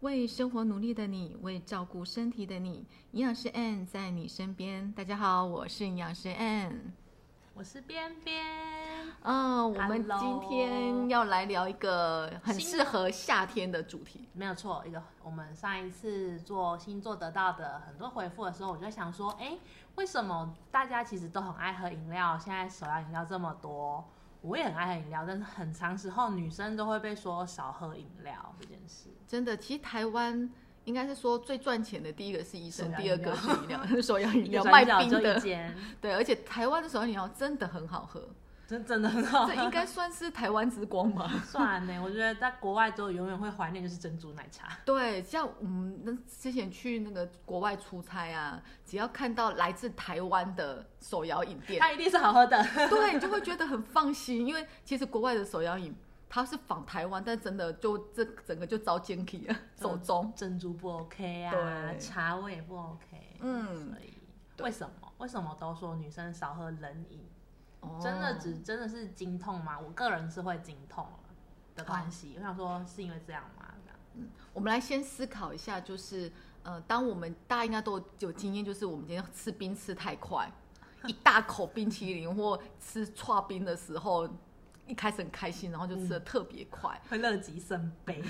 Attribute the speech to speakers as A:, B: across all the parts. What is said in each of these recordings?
A: 为生活努力的你，为照顾身体的你，营养师 Ann 在你身边。大家好，我是营养师 Ann。
B: 我是边边，
A: 嗯，我们
B: Hello
A: 今天要来聊一个很
B: 新
A: 适合夏天的主题。
B: 没有错。一个我们上一次做星座得到的很多回复的时候，我就在想说，哎，为什么大家其实都很爱喝饮料？现在手摇饮料这么多，我也很爱喝饮料，但是很长时候女生都会被说少喝饮料这件事。
A: 真的，其实台湾应该是说最赚钱的，第一个是医生，
B: 手摇
A: 第二
B: 饮
A: 个
B: 料
A: 是饮料， 手摇饮
B: 一
A: 料
B: 个
A: 嗯卖
B: 转角
A: 冰
B: 就一
A: 的。
B: 间，
A: 对，而且台湾的手摇饮料真的很好喝，
B: 真真的很好喝。
A: 这应该算是台湾之光吧。
B: 算呢，我觉得在国外之后永远会怀念就是珍珠奶 茶。
A: 对，像我们那之前去那个国外出差啊，只要看到来自台湾的手摇饮店，
B: 它一定是好喝的，
A: 对你就会觉得很放心，因为其实国外的手摇饮它是仿台湾，但真的就这整个就遭奸体了，
B: 嗯
A: 手中。
B: 珍珠不 OK 啊，
A: 对
B: 茶味也不 OK，
A: 嗯
B: 所以
A: 对
B: 为什么为什么都说女生少喝冷饮？
A: 哦
B: 真的只真的是经痛吗？我个人是会经痛的关系，我想说是因为这样吗？这样
A: 我们来先思考一下，就是呃，当我们大家应该都有经验，就是我们今天吃冰吃太快，一大口冰淇淋或吃串冰的时候，一开始很开心，然后就吃的
B: 嗯
A: 特别快，
B: 会乐极生 悲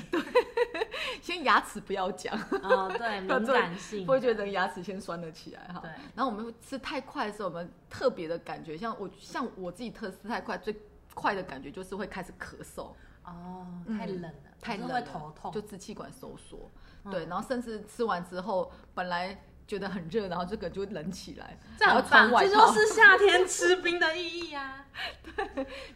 A: 先牙齿不要讲，
B: 哦， 对，
A: 要
B: 敏
A: 做
B: 感性，
A: 会觉得牙齿先酸了起来哈
B: 对。
A: 然后我们吃太快的时候，我们特别的感觉，像我像我自己特吃太快，最快的感觉就是会开始咳嗽，
B: 哦，
A: 嗯
B: 太冷了，
A: 太冷
B: 就是
A: 了
B: 会头痛，
A: 就支气管收缩。
B: 嗯
A: 对，然后甚至吃完之后，本来觉得很热，然后这个就冷起来，
B: 这
A: 然
B: 很
A: 后穿
B: 棒，
A: 外
B: 这
A: 套，
B: 就是夏天吃冰的意 义啊。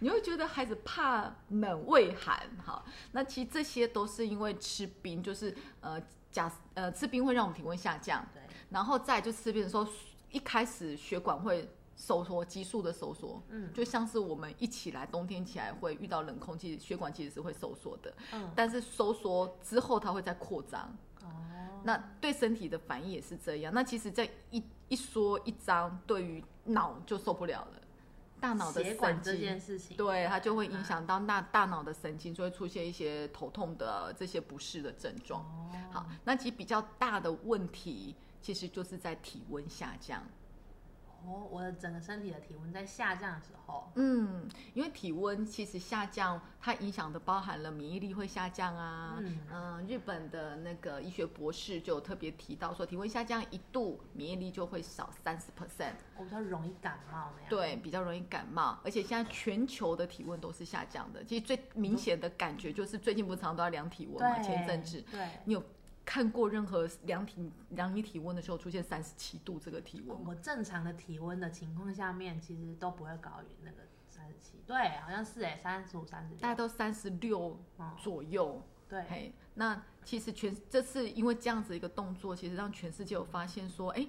A: 你会觉得孩子怕冷畏寒哈。那其实这些都是因为吃冰，就是呃假呃吃冰会让我们体温下降，
B: 对，
A: 然后再就吃冰的时候，一开始血管会收缩，急速的收缩。
B: 嗯
A: 就像是我们一起来，冬天起来会遇到冷空气，血管其实是会收缩的，
B: 嗯，
A: 但是收缩之后它会再扩张，
B: 哦，
A: 那对身体的反应也是这样。那其实这一一说一张，对于脑就受不了了，大脑的
B: 血
A: 神
B: 管这
A: 经，
B: 件事嗯情，
A: 对它就会影响到那大脑的神经，就会出现一些头痛的这些不适的症状。
B: 哦，
A: 好，那其实比较大的问题，其实就是在体温下降。
B: 哦，我的整个身体的体温在下降的时候，
A: 嗯，因为体温其实下降，它影响的包含了免疫力会下降啊。
B: 嗯
A: 嗯，日本的那个医学博士就有特别提到说，体温下降一度，免疫力就会少三十 percent，
B: 我比较容易感冒那样。，
A: 对，比较容易感冒。而且现在全球的体温都是下降的，其实最明显的感觉就是最近不是常常都要量体温嘛，
B: 对，
A: 前阵子
B: 对，
A: 你有看过任何量体量你体温的时候出现三十七度这个体温吗？
B: 我正常的体温的情况下面，其实都不会高于那个三十七，对，好像是哎，三十五、三十
A: 大概
B: 六，
A: 都三十六
B: 嗯，
A: 左右。
B: 对，
A: 嘿，那其实全这次因为这样子一个动作，其实让全世界有发现说，哎，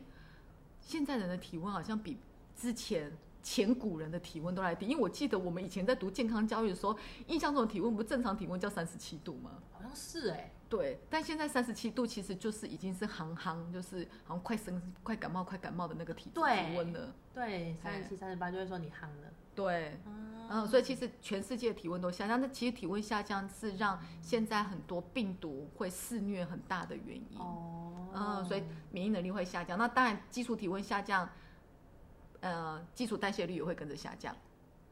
A: 现在人的体温好像比之前前古人的体温都来低。因为我记得我们以前在读健康教育的时候，印象中的体温不是正常体温叫三十七度吗？
B: 好像是哎，
A: 对，但现在三十七度其实就是已经是行行，就是好像快生快感冒快感冒的那个体体
B: 对
A: 温了。
B: 对，三十七、三十八就会说你夯了，
A: 对，嗯，所以其实全世界体温都下降，那其实体温下降是让现在很多病毒会肆虐很大的原因。
B: 哦，
A: 嗯，所以免疫能力会下降。那当然，基础体温下降，呃，基础代谢率也会跟着下降。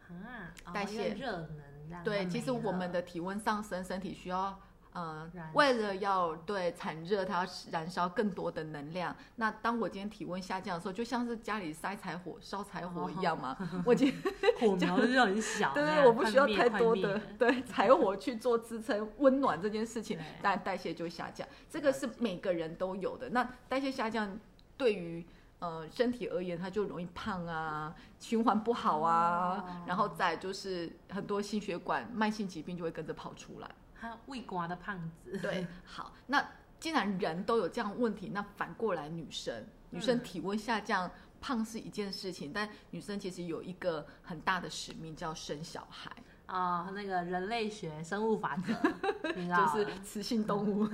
B: 啊，哦
A: 代
B: 因为
A: 谢
B: 热能让
A: 对，
B: 它
A: 其实
B: 没
A: 我们
B: 了
A: 的体温上升，身体需要，呃
B: 燃，
A: 为了要对产热，它要燃烧更多的能量。那当我今天体温下降的时候，就像是家里塞柴火、烧柴
B: 哦
A: 火一样嘛。我今天，
B: 火苗就是很小
A: 对
B: 那
A: 对，
B: 样
A: 我不需要
B: 快灭
A: 太
B: 快
A: 多
B: 灭
A: 的
B: 了
A: 对柴火去做支撑温暖这件事情
B: 对，
A: 当然代谢就会下降。这个是每个人都有的。那代谢下降对于呃身体而言，它就容易胖啊，循环不好啊，
B: 哦
A: 然后再就是很多心血管慢性疾病就会跟着跑出来。
B: 他胃瓜的胖子，
A: 对，好，那既然人都有这样的问题，那反过来女生，女生
B: 嗯
A: 体温下降。胖是一件事情，但女生其实有一个很大的使命，叫生小孩。
B: 啊、那个人类学生物 法则，你知道
A: 就
B: 吗
A: 是雌性动物，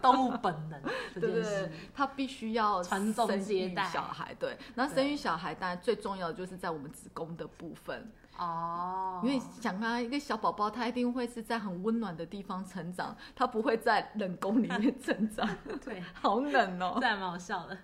B: 动物本能这
A: 对 对
B: 件事
A: 对。，它必须要
B: 传宗
A: 生
B: 接
A: 育
B: 代
A: 小孩，对。然后
B: 对
A: 生育小孩，当然最重要的就是在我们子宫的部分，
B: 哦，
A: 因为想啊，一个小宝宝他一定会是在很温暖的地方成长，他不会在冷宫里面成 长，
B: 对，
A: 好冷哦
B: 这，还蛮好笑的。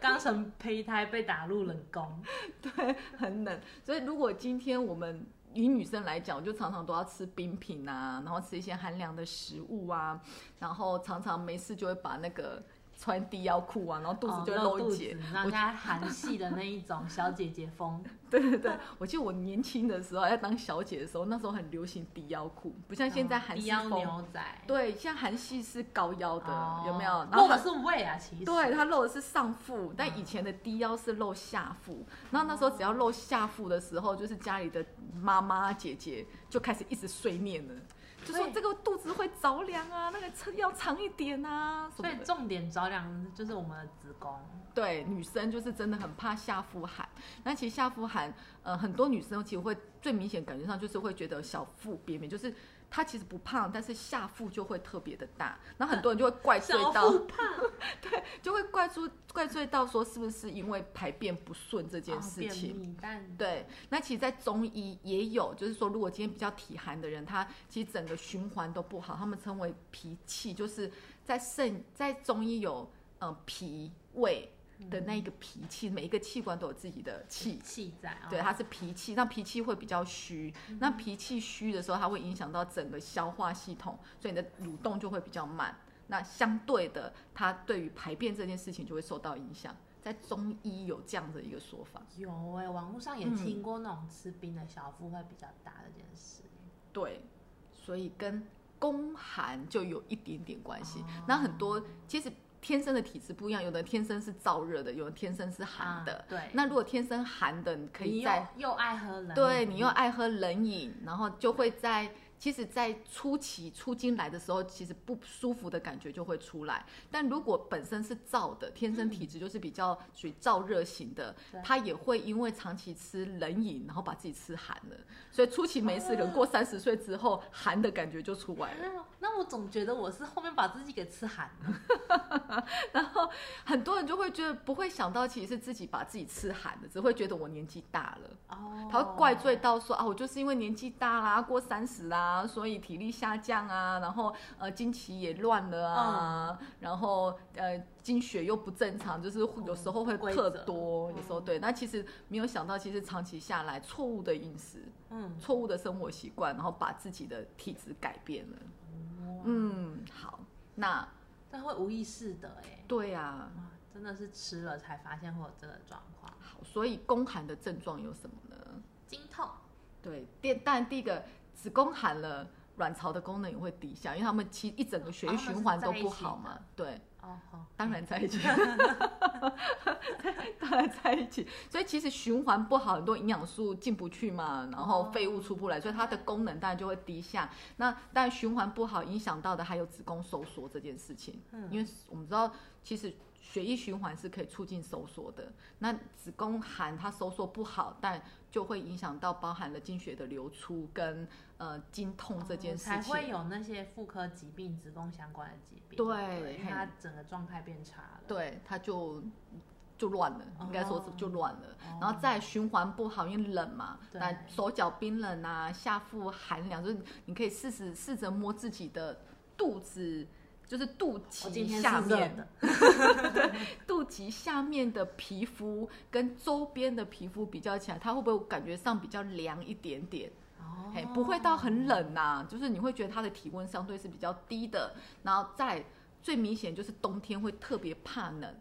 B: 刚从胚胎被打入冷宫，
A: 对，很冷。所以如果今天我们以女生来讲，就常常都要吃冰品啊，然后吃一些寒凉的食物啊，然后常常没事就会把那个穿低腰裤啊，然 后肚子
B: 哦
A: 就会露
B: 露肚
A: 一截
B: 子，让人家韩系的那一种小姐姐 风。
A: 对对
B: 嗯
A: 对，我记得我年轻的时候要当小姐的时候，那时候很流行低腰裤，不像现在
B: 嗯
A: 韩
B: 低
A: 系
B: 腰
A: 风。
B: 牛仔，
A: 对，像韩系是高腰的，
B: 哦
A: 有没有？然后
B: 露
A: 它
B: 的是胃啊，其实
A: 对，它露的是上腹，但以
B: 嗯
A: 前的低腰是露下腹。然后那时候只要露下腹的时候，就是家里的妈妈姐姐就开始一直碎念了，就说
B: 对
A: 这个肚子会着凉啊，那个撑要长一点啊什
B: 所
A: 么
B: 以
A: 的。
B: 重点着凉就是我们的子宫。
A: 对，女生就是真的很怕下腹寒。那其实下腹寒，呃，很多女生其实会最明显感觉上就是会觉得小腹便便，就是她其实不胖，但是下腹就会特别的大。那很多人就会怪罪
B: 小
A: 到，
B: 腹 胖
A: 就会怪出怪罪到说是不是因为排便不顺这件事情。
B: 哦便秘但
A: 对，那其实，在中医也有，就是说，如果今天比较体寒的人，他其实整个循环都不好，他们称为脾气，就是在肾，在中医有呃脾胃的那一个脾气，每一个器官都有自己的气。
B: 气在啊，
A: 对，它是脾气，那脾气会比较虚，那脾气虚的时候，它会影响到整个消化系统，所以你的蠕动就会比较慢。那相对的，它对于排便这件事情就会受到影响。在中医有这样的一个说法。
B: 有哎、网络上也
A: 嗯
B: 听过那种吃冰的小腹会比较大这件事。
A: 对，所以跟宫寒就有一点点关系
B: 哦。
A: 那、很多其实天生的体质不一样，有的天生是燥热的，有的天生是寒的。
B: 啊对，
A: 那如果天生寒的，你可以在
B: 你又又爱喝冷饮，
A: 对你又爱喝冷饮，然后就会在。其实，在初期初经来的时候，其实不舒服的感觉就会出来。但如果本身是燥的，天生体质就是比较属于燥热型的，
B: 对
A: 他也会因为长期吃冷饮，然后把自己吃寒了。所以初期没事，人过三十岁之后，寒的感觉就出来了。
B: 那那我总觉得我是后面把自己给吃寒了，
A: 然后很多人就会觉得不会想到，其实是自己把自己吃寒了，只会觉得我年纪大了。
B: 哦
A: 他会怪罪到说啊，我就是因为年纪大啦，过三十啦，所以体力下降啊，然后呃经期也乱了啊，
B: 嗯
A: 然后呃经血又不正常，就是会有时候会
B: 规
A: 特
B: 则
A: 多，
B: 嗯
A: 有时候对。那其实没有想到，其实长期下来，错误的饮食、
B: 嗯，
A: 错误的生活习惯，然后把自己的体质改变了。
B: 嗯，
A: 嗯，好，那
B: 但会无意识的哎、
A: 对啊，
B: 哇真的是吃了才发现会有这个状况，
A: 好，所以宫寒的症状有什么呢？
B: 经痛，
A: 对，第当然第一个子宫寒了，卵巢的功能也会低下，因为他们其一整个血液循环都不好嘛。对，
B: 哦好，
A: 当然在一起， 当然在一起。所以其实循环不好，很多营养素进不去嘛，然
B: 哦
A: 后废物出不来，所以它的功能当然就会低下。那当然循环不好，影响到的还有子宫收缩这件事情。
B: 嗯，
A: 因为我们知道，其实血液循环是可以促进收缩的。那子宫寒它收缩不好，但就会影响到包含了经血的流出跟呃经痛这件事
B: 哦才
A: 情。
B: 会有那些妇科疾病、子宫相关的疾病，
A: 对
B: 因为
A: 嘿
B: 它整个状态变差了，，
A: 对，它就就乱了，应该说
B: 哦
A: 是就乱了。
B: 哦
A: 然后再循环不好，因为冷嘛，
B: 对
A: 那手脚冰冷啊，下腹寒凉，就是你可以试试试着摸自己的肚子，就是肚
B: 我哦今
A: 脐
B: 天
A: 下
B: 是热
A: 面
B: 的，
A: 肚脐下面的皮肤跟周边的皮肤比较起来，它会不会感觉上比较凉一点点？
B: 哦
A: 哎、不会到很冷呐、就是你会觉得它的体温相对是比较低的。然后再来最明显就是冬天会特别怕冷，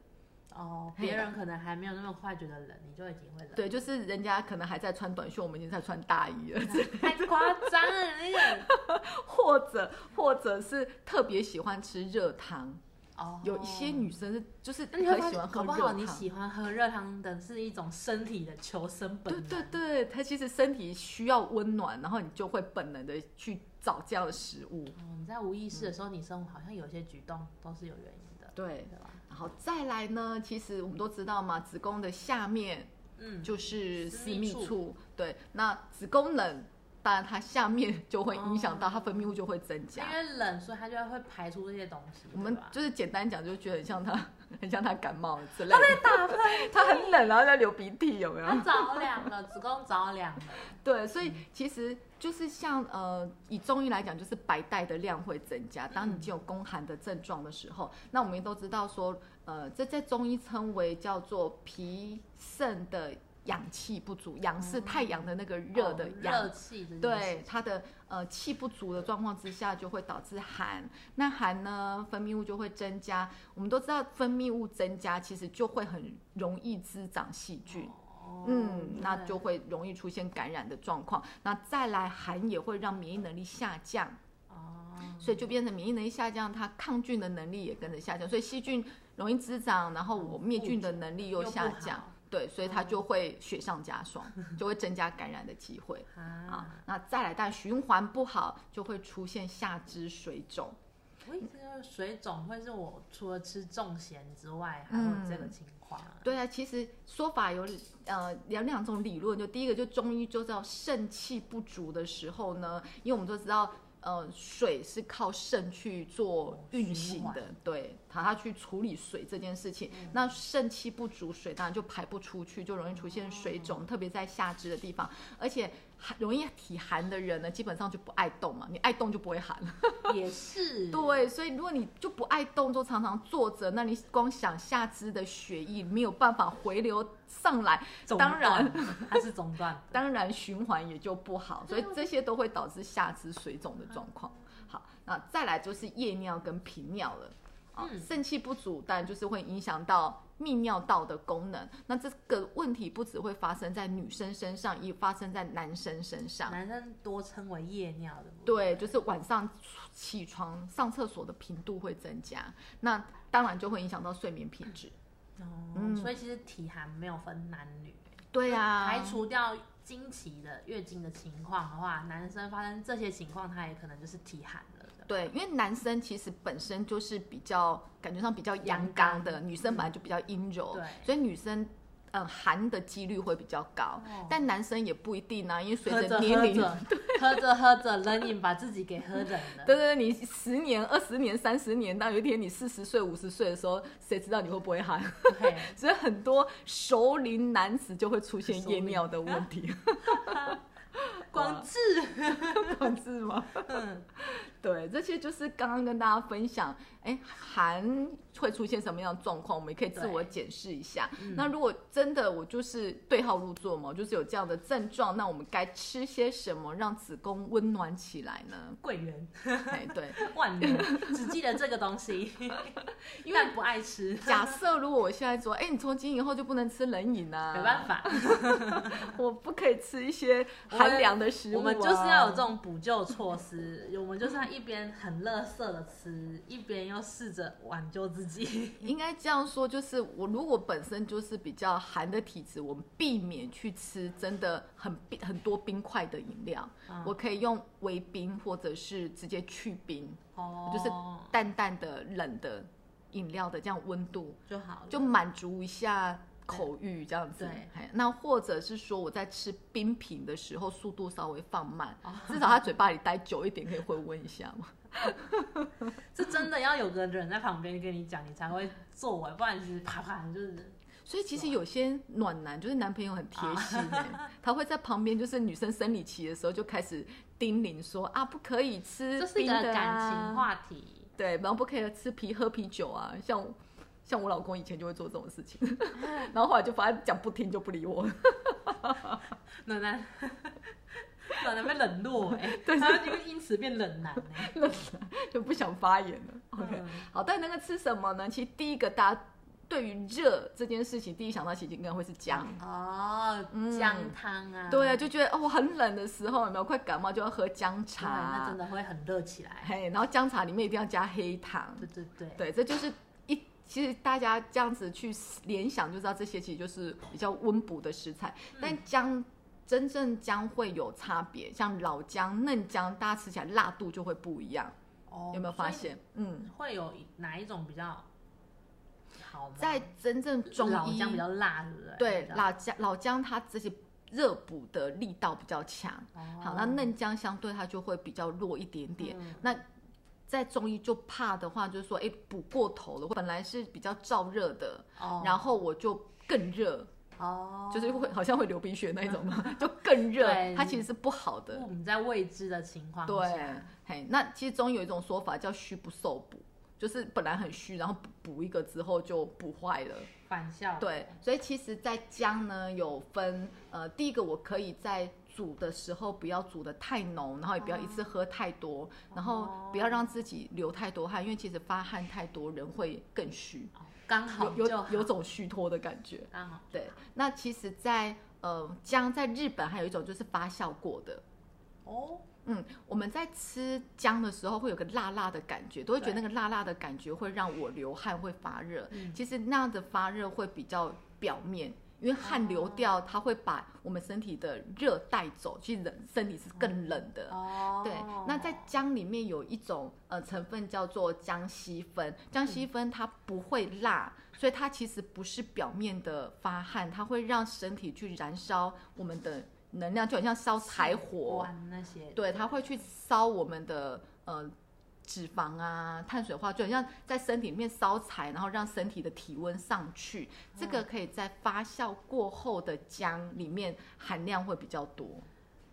B: 哦，
A: 嘿
B: 别人可能还没有那么快觉得冷，你就已经会冷，
A: 对，就是人家可能还在穿短袖，我们已经在穿大衣了，
B: 太夸张 了，那个
A: 或者或者是特别喜欢吃热汤，
B: 哦，
A: 有一些女生是就是
B: 那你会
A: 很
B: 发
A: 喜
B: 现，
A: 欢
B: 搞
A: 喝
B: 不
A: 热
B: 好你
A: 汤。
B: 喜欢喝热汤的是一种身体的求生本
A: 对
B: 能。
A: 对对，她其实身体需要温暖，然后你就会本能的去找这样的食物。
B: 哦，你在无意识的
A: 嗯
B: 时候，你生活好像有些举动都是有原因的，
A: 对，
B: 对吧？
A: 然后再来呢，其实我们都知道嘛，子宫的下面
B: 嗯，
A: 就是
B: 私
A: 私
B: 密
A: 密
B: 处
A: 处，对，那子宫冷当然它下面就会影响到它分泌物就会增加
B: 因。为冷，所以它就会排出这些东西。
A: 我们
B: 对吧
A: 就是简单讲，就觉得很像它， 很像它感冒了之类
B: 它
A: 的。
B: 被打喷，
A: 它很冷，然后在流鼻涕，有没有？
B: 它着凉了，子宫着凉了。
A: 对，所以其实就是像呃，以中医来讲，就是白带的量会增加。当你
B: 嗯
A: 已经有宫寒的症状的时候，那我们都知道说，呃，这在中医称为叫做脾肾的氧气不足，氧是
B: 哦
A: 太阳的那个 热的
B: 哦
A: 氧。
B: 热气的，
A: 对，它的呃气不足的状况之下，就会导致寒。那寒呢，分泌物就会增加。我们都知道，分泌物增加，其实就会很容易滋长细菌。
B: 哦
A: 嗯，那就
B: 对
A: 会容易出现感染的状况。那再来，寒也会让免疫能力下降，
B: 哦，
A: 所以就变成免疫能力下降，它抗菌的能力也跟着下降，所以细菌容易滋长，然后我灭菌的能力又
B: 不
A: 下
B: 好嗯
A: 降，对，所以它就会雪上加霜，就会增加感染的机会。啊
B: 啊。，
A: 那再来，但循环不好就会出现下肢水肿。
B: 我一直就是水肿，会是我除了吃重咸之外，还会有这个情况啊。
A: 对啊，其实说法有呃有两种理论，就第一个就中医就叫肾气不足的时候呢，因为我们都知道。呃，水是靠肾去做运行
B: 哦
A: 的
B: 循，
A: 对，它它去处理水这件事情。那肾气不足，水当然就排不出去，就容易出现水肿，特别在下肢的地方。而且寒容易体寒的人呢，基本上就不爱动嘛，你爱动就不会寒。嗯
B: 也 是，
A: 对，所以如果你就不爱动作，常常坐着，那你光想下肢的血液没有办法回流上来，
B: 中断，
A: 当然
B: 它是中 断的。
A: 当然循环也就不好，所以这些都会导致下肢水肿的状况。好，那再来就是夜尿跟频尿了。啊，
B: 嗯
A: 肾气不足，当然就是会影响到泌尿道的功能。那这个问题不只会发生在女生身上，也发生在男生身上。
B: 男生多称为夜尿的，不，
A: 对，就是晚上起床上厕所的频度会增加，那当然就会影响到睡眠品质。
B: 哦
A: 嗯，
B: 所以其实体寒没有分男女，
A: 对啊，
B: 排除掉经期的月经的情况的话，男生发生这些情况，他也可能就是体寒了的。
A: 对，因为男生其实本身就是比较感觉上比较阳
B: 阳
A: 刚
B: 刚
A: 的，女生本来就比较阴柔，
B: 对
A: 所以女生嗯寒的几率会比较高，
B: 哦
A: 但男生也不一定啊，因为随
B: 喝着
A: 年
B: 喝
A: 龄，
B: 着，喝着喝着，冷饮把自己给喝冷了。
A: 对对对，你十年、二十年、三十年，到有一天你四十岁、五十岁的时候，谁知道你会不会寒？
B: 对，
A: 所以很多熟龄男子就会出现夜尿的问 题，
B: 广 智，
A: 控制吗？
B: 嗯，
A: 对，这些就是刚刚跟大家分享，哎，寒会出现什么样的状况，我们也可以自我检视一下。那如果真的我就是对号入座嘛，就是有这样的症状，那我们该吃些什么让子宫温暖起来 呢？
B: 桂圆，
A: 哎，对，
B: 万能，只记得这个东西，
A: 因为
B: 但不爱吃，
A: 假设如果我现在说，哎，你从今以后就不能吃冷饮 啊，
B: 没办法，
A: 我不可以吃一些寒凉的食物、啊
B: 我们就是要有这种补救措施，我们就是要一边很乐色的吃，一边又试着挽救自己。
A: 应该这样说，就是我如果本身就是比较寒的体质，我们避免去吃真的很冰很多冰块的饮料，
B: 嗯
A: 我可以用微冰或者是直接去冰，
B: 哦
A: 就是淡淡的冷的饮料的这样温度，
B: 就好了，
A: 就满足一下口欲这样子。
B: 嗯对
A: 嘿，那或者是说我在吃冰品的时候速度稍微放慢
B: 哦，
A: 至少它嘴巴里待久一点，可以回温一下嘛。
B: 这真的要有个人在旁边跟你讲，你才会作为，不然其实啪啪就是
A: 所以其
B: 啊
A: 实有些暖男就是男朋友很贴心、 欸，他会在旁边，就是女生生理期的时候就开始叮咛说啊，不可以吃
B: 这是一
A: 冰的、
B: 个
A: 啊、
B: 感情话题。
A: 对，然后不可以吃啤喝啤酒啊，像像我老公以前就会做这种事情，
B: 嗯
A: 然后后来就发现讲不听就不理我，
B: 暖男，暖男被 冷落哎、欸，他就会因此变冷男哎、
A: 就不想发言了。OK，、
B: 嗯
A: 好，但那个吃什么呢？其实第一个大家对于热这件事情，第一想到其实应该会是姜。
B: 哦，姜汤啊，
A: 对啊，就觉得哦，我很冷的时候有没有快感冒就要喝姜
B: 对那
A: 茶
B: 真，的会很热起来。
A: 嘿，然后姜茶里面一定要加黑糖，
B: 对对
A: 对，
B: 对，
A: 这就是一，其实大家这样子去联想就知道，这些其实就是比较温补的食材，
B: 嗯
A: 但姜。真正姜会有差别，像老姜、嫩姜，大家吃起来辣度就会不一样，
B: 哦
A: 有没有发？现？嗯
B: 所以，会有哪一种比较好吗？
A: 在真正中
B: 老
A: 医
B: 姜比较辣，对不对？
A: 对
B: 比较
A: 老姜老姜它这些热补的力道比较强。
B: 哦
A: 好，那嫩姜相对它就会比较弱一点点。
B: 嗯
A: 那在中医就怕的话，就是说，哎，补过头了，本来是比较燥热的，
B: 哦，
A: 然后我就更热，
B: 哦，
A: 就是会好像会流鼻血那一种 嘛，就更热
B: 对，
A: 它其实是不好的。
B: 我们哦在未知的情况
A: 对
B: 下，，
A: 嘿，那其实中医有一种说法叫虚不受补，就是本来很虚，然后补补一个之后就补坏了。
B: 反效
A: 对，所以其实，在姜呢有分，呃，第一个我可以在煮的时候不要煮的太浓，然后也不要一次喝太多，然后不要让自己流太多汗，因为其实发汗太多人会更虚，
B: 哦刚好
A: 有
B: 就
A: 有
B: 好
A: 有种虚脱的感觉。
B: 刚好
A: 对，那其实在，呃姜在日本还有一种就是发酵过的。
B: 哦，
A: 嗯，我们在吃姜的时候会有个辣辣的感觉，都会觉得那个辣辣的感觉会让我流汗，会发热。
B: 嗯
A: 其实那样的发热会比较表面，因为汗流掉，它会把我们身体的热带走，其实人身体是更冷的。
B: 哦，
A: 对，那在姜里面有一种呃成分叫做姜烯酚，姜烯酚它不会辣，所以它其实不是表面的发汗，它会让身体去燃烧我们的能量，就很像烧柴火。
B: 管那些
A: 对，它会去烧我们的呃脂肪啊、碳水化合物，就很像在身体里面烧柴，然后让身体的体温上去。这
B: 嗯
A: 个可以在发酵过后的姜里面含量会比较多。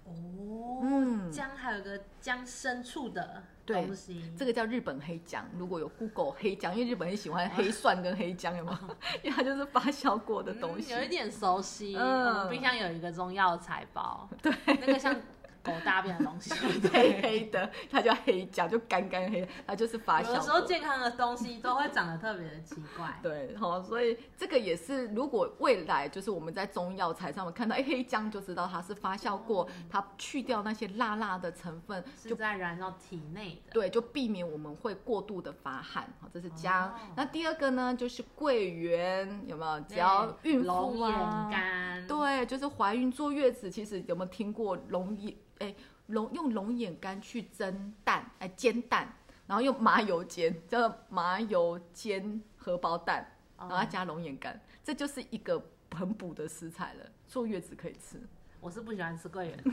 B: 哦，
A: 嗯，
B: 姜还有个姜深处的
A: 对
B: 东西，
A: 这个叫日本黑姜。如果有 Google 黑姜，因为日本很喜欢
B: 啊
A: 黑蒜跟黑姜，有 吗？因为它就是发酵过的东西。
B: 嗯有一点熟悉。
A: 嗯
B: 我们冰箱有一个中药材包，对，那个像狗大便的 东西。
A: 黑 黑的，它叫黑姜，就干干黑，它就是发酵
B: 有
A: 过。
B: 的时候健康的东西都会长得特别的奇怪。
A: 对，好，所以这个也是，如果未来就是我们在中药材上面看到，哎，黑姜就知道它是发酵过，它去掉那些辣辣的成分，
B: 是
A: 就
B: 在燃烧体内的，
A: 对，就避免我们会过度的发汗。好，这是姜。
B: 哦
A: 那第二个呢，就是桂圆，有没有？只要孕
B: 龙
A: 妇啊
B: 眼，干，
A: 对，就是怀孕坐月子，其实有没有听过龙眼？哎，龙用龙眼干去蒸蛋，哎，煎蛋，然后用麻油煎，叫做麻油煎荷包蛋。
B: 哦，
A: 然后再加龙眼干，这就是一个很补的食材了，坐月子可以吃。
B: 我是不喜欢吃桂圆，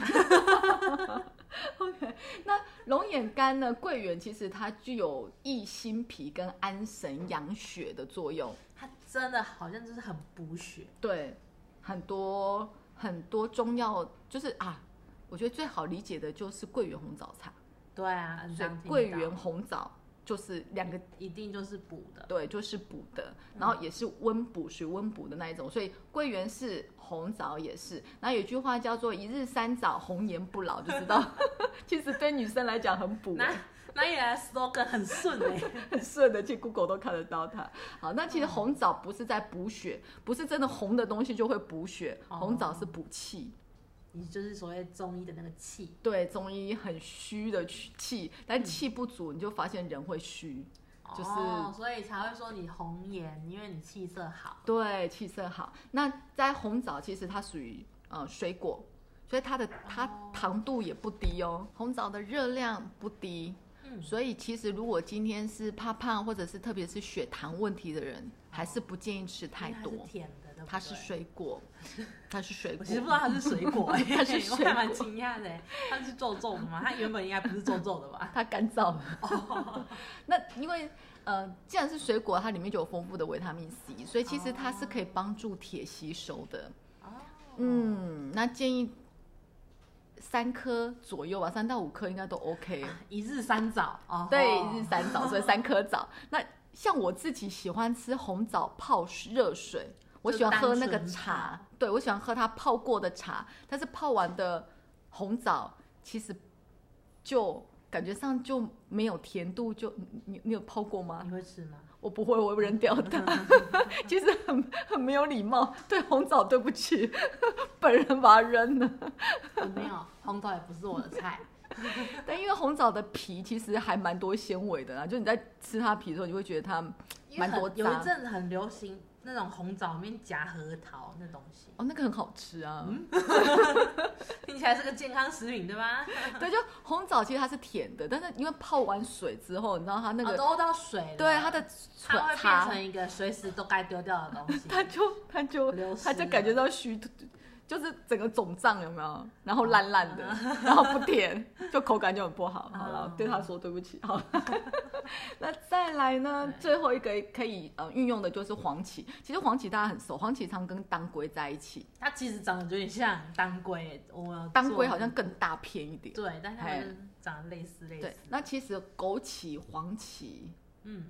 A: OK，那龙眼干呢？桂圆其实它具有益心脾跟安神养血的作用，
B: 它真的好像就是很补血，
A: 对，很多很多中药就是啊，我觉得最好理解的就是桂圆红枣茶，
B: 对啊，
A: 所以
B: 很
A: 桂圆红枣就是两个
B: 一定就是补 的，
A: 对，就是补的，然后也是温补，属于温补的那一种，所以桂圆是，红枣也是。那有句话叫做“一日三枣，红颜不老”，就知道，其实对女生来讲很补欸，
B: 那那也来 slogan 很顺哎、
A: 很顺欸的，去 Google 都看得到它。好，那其实红枣不是在补血，不是真的红的东西就会补血，红枣是补气。
B: 你就是所谓中医的那个气，
A: 对，中医很虚的气，但气不足，你就发现人会虚。就是
B: 哦，所以才会说你红颜，因为你气色好，
A: 对，气色好。那在红枣其实它属于呃水果，所以它的它
B: 哦
A: 糖度也不低哦。红枣的热量不低，
B: 嗯
A: 所以其实如果今天是怕胖或者是特别是血糖问题的人，还是不建议吃太
B: 哦因为它
A: 多
B: 是。甜的，对不对？
A: 它是，水果，它是水
B: 我
A: 果
B: 其。实不知道它是水果、欸，
A: 它是
B: 我
A: 水
B: 还蛮
A: 果
B: 惊讶的、欸，它是皱皱的吗？它原本应该不是皱皱的吧？
A: 它干 燥了。那因为呃，既然是水果，它里面就有丰富的维他命 C，所以其实它是可以帮助铁吸收的。
B: 哦，
A: 嗯，那建议三颗左右吧，三到五颗应该都 OK。
B: 一日三枣哦，
A: 对，一日三枣，所以三颗枣。那像我自己喜欢吃红枣泡热水，我喜欢喝那个
B: 单纯
A: 茶
B: 茶，
A: 对我喜欢喝它泡过的茶，但是泡完的红枣其实就感觉上就没有甜度，就你你你有泡过吗？
B: 你会吃吗？
A: 我不会，我会扔掉 它。其实很很没有礼貌，对红枣对不起， 本人把它扔了。
B: 我没有，红枣也不是我的菜。
A: 但因为红枣的皮其实还蛮多纤维的啦，啊就你在吃它皮的时候，你会觉得它
B: 因为
A: 蛮多
B: 很有一
A: 渣。
B: 阵子很流行那种红枣里面夹核桃那东西，
A: 哦，那个很好吃啊。
B: 听起来是个健康食品对吧？
A: 对，就红枣其实它是甜的，但是因为泡完水之后，你知道它那
B: 哦
A: 个，
B: 都到水了，
A: 对它的
B: 它会变
A: 茶
B: 成一个随时都该丢掉的东西。
A: 它就它就
B: 流失
A: 它就感觉
B: 了
A: 到虚脱就是整个肿胀有没有？然后烂烂
B: 哦
A: 的， 然后不甜，就口感就很不好。好了
B: 嗯，
A: 对他说对不起。 好，那再来呢？最后一个可以呃运用的就是黄芪。其实黄芪大家很熟，黄芪常跟当归在一起，
B: 它其实长得有点像当归，我有
A: 当
B: 做
A: 归好像更大片一点。
B: 对，但它
A: 嘿
B: 们长得类似类
A: 对
B: 似，，
A: 那其实枸杞、黄芪
B: 嗯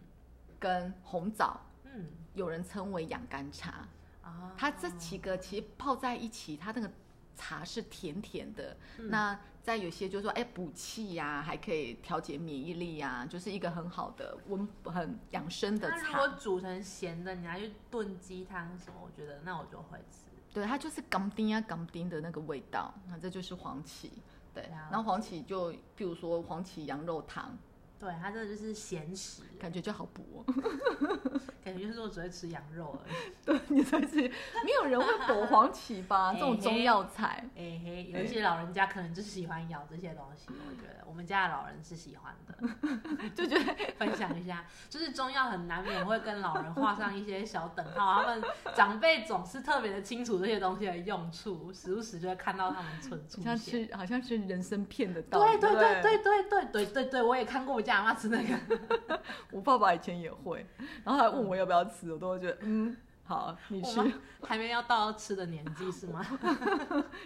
A: 跟红枣，
B: 嗯
A: 有人称为养肝茶。
B: 啊，
A: 它这几个其实泡在一起，它那个茶是甜甜的。
B: 嗯
A: 那再有些就是说，哎，补气呀、还可以调节免疫力呀、就是一个很好的温很养生的
B: 它如
A: 茶
B: 果。煮成咸的，你拿去炖鸡汤什么，我觉得那我就会吃。
A: 对，它就是甘丁啊甘丁的那个味道。那这就是黄芪。对，
B: 了解
A: 然后黄芪就，比如说黄芪羊肉汤，
B: 对，它真的就是咸食，
A: 感觉就好补哦。
B: 感觉就是我只会吃羊肉而 已。
A: 对，你才是没有人会补黄芪吧？
B: 嘿嘿
A: 这种中药材，
B: 哎、嘿，有一些老人家可能就是喜欢咬这些东西，我觉得我们家的老人是喜欢的。
A: 就觉得
B: 分享一下，就是中药很难免会跟老人画上一些小等号，他们长辈总是特别的清楚这些东西的用处，时不时就会看到他们存出
A: 好像
B: 现。
A: 吃好像吃人参片的道
B: 对
A: 理。
B: 对
A: 不
B: 对对对对对对对，我也看过我家阿妈吃那个，
A: 我爸爸以前也会，然后还问我要不要吃，我都会觉得嗯。好，你
B: 我
A: 吃。
B: 们还没要到吃的年纪是吗？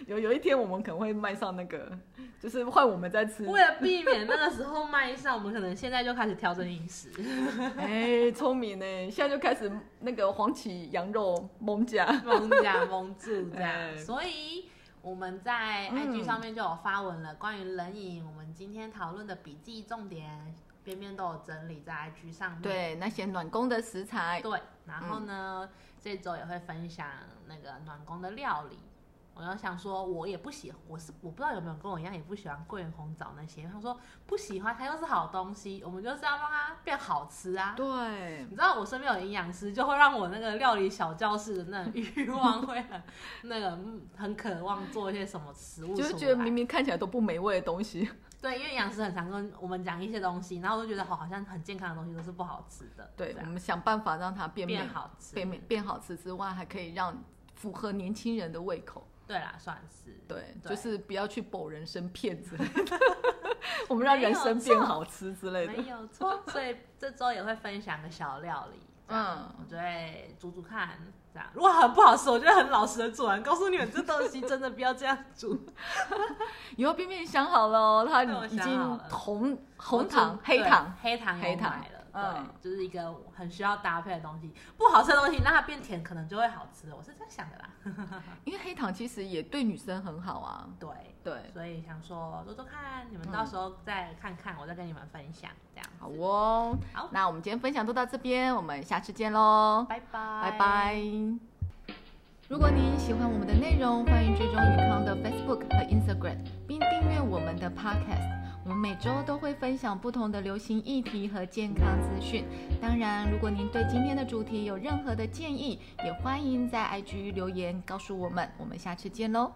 A: 有有一天我们可能会卖上那个，就是换我们在吃。
B: 为了避免那个时候卖上，我们可能现在就开始调整饮食。
A: 哎，聪明呢，现在就开始那个黄芪羊肉蒙 甲。
B: 蒙甲蒙住这
A: 哎
B: 样，所以。我们在
A: 嗯
B: IG 上面就有发文了，关于冷饮，我们今天讨论的笔记重点，边边都有整理在 IG 上面。
A: 对，那些暖宫的食材，
B: 对，然后呢，这周也会分享那个暖宫的料理。我就想说，我也不喜，我是我不知道有没有跟我一样也不喜欢桂圆红枣那些。他说不喜欢，它又是好东西，我们就是要让它变好吃啊。
A: 对，
B: 你知道我身边有营养师，就会让我那个料理小教室的那种欲望会很那个嗯很渴望做一些什么食物出
A: 就
B: 来，
A: 是觉得明明看起来都不美味的东西，
B: 对，因为营养师很常跟我们讲一些东西，然后我就觉得好好像很健康的东西都是不好吃的，
A: 对，
B: 这
A: 我
B: 样
A: 们想办法让它变美
B: 变好吃，
A: 变美变好吃之外，还可以让符合年轻人的胃口。
B: 对啦，算是
A: 对，就
B: 对
A: 是不要去补人参片之类的， 我们让人参变好吃之类的。
B: 没有错。所以这周也会分享个小料理，嗯
A: 嗯，
B: 我就会煮煮看，这样如果很不好吃，我就会很老实的煮完，告诉你们这东西真的不要这样煮。
A: 以后边边想好了哦，他
B: 对我
A: 已
B: 想好
A: 经
B: 了
A: 红红
B: 我
A: 糖
B: 煮
A: 黑
B: 对
A: 糖，
B: 黑糖
A: 黑
B: 黑
A: 糖
B: 糖买了，
A: 嗯
B: 对，就是一个很需要搭配的东西。不好吃的东西，让它变甜，可能就会好吃。我是这样想的啦。
A: 因为黑糖其实也对女生很好啊。
B: 对，
A: 对，嗯
B: 所以想说多多看，你们到时候再看看，我再跟你们分享这样。
A: 好哦，
B: 好
A: 那我们今天分享都到这边，我们下次见喽，
B: 拜拜，
A: 拜拜。如果您喜欢我们的内容，欢迎追踪宇康的 Facebook 和 Instagram，并订阅我们的 Podcast。我们每周都会分享不同的流行议题和健康资讯。当然，如果您对今天的主题有任何的建议，也欢迎在 IG 留言告诉我们。我们下次见喽，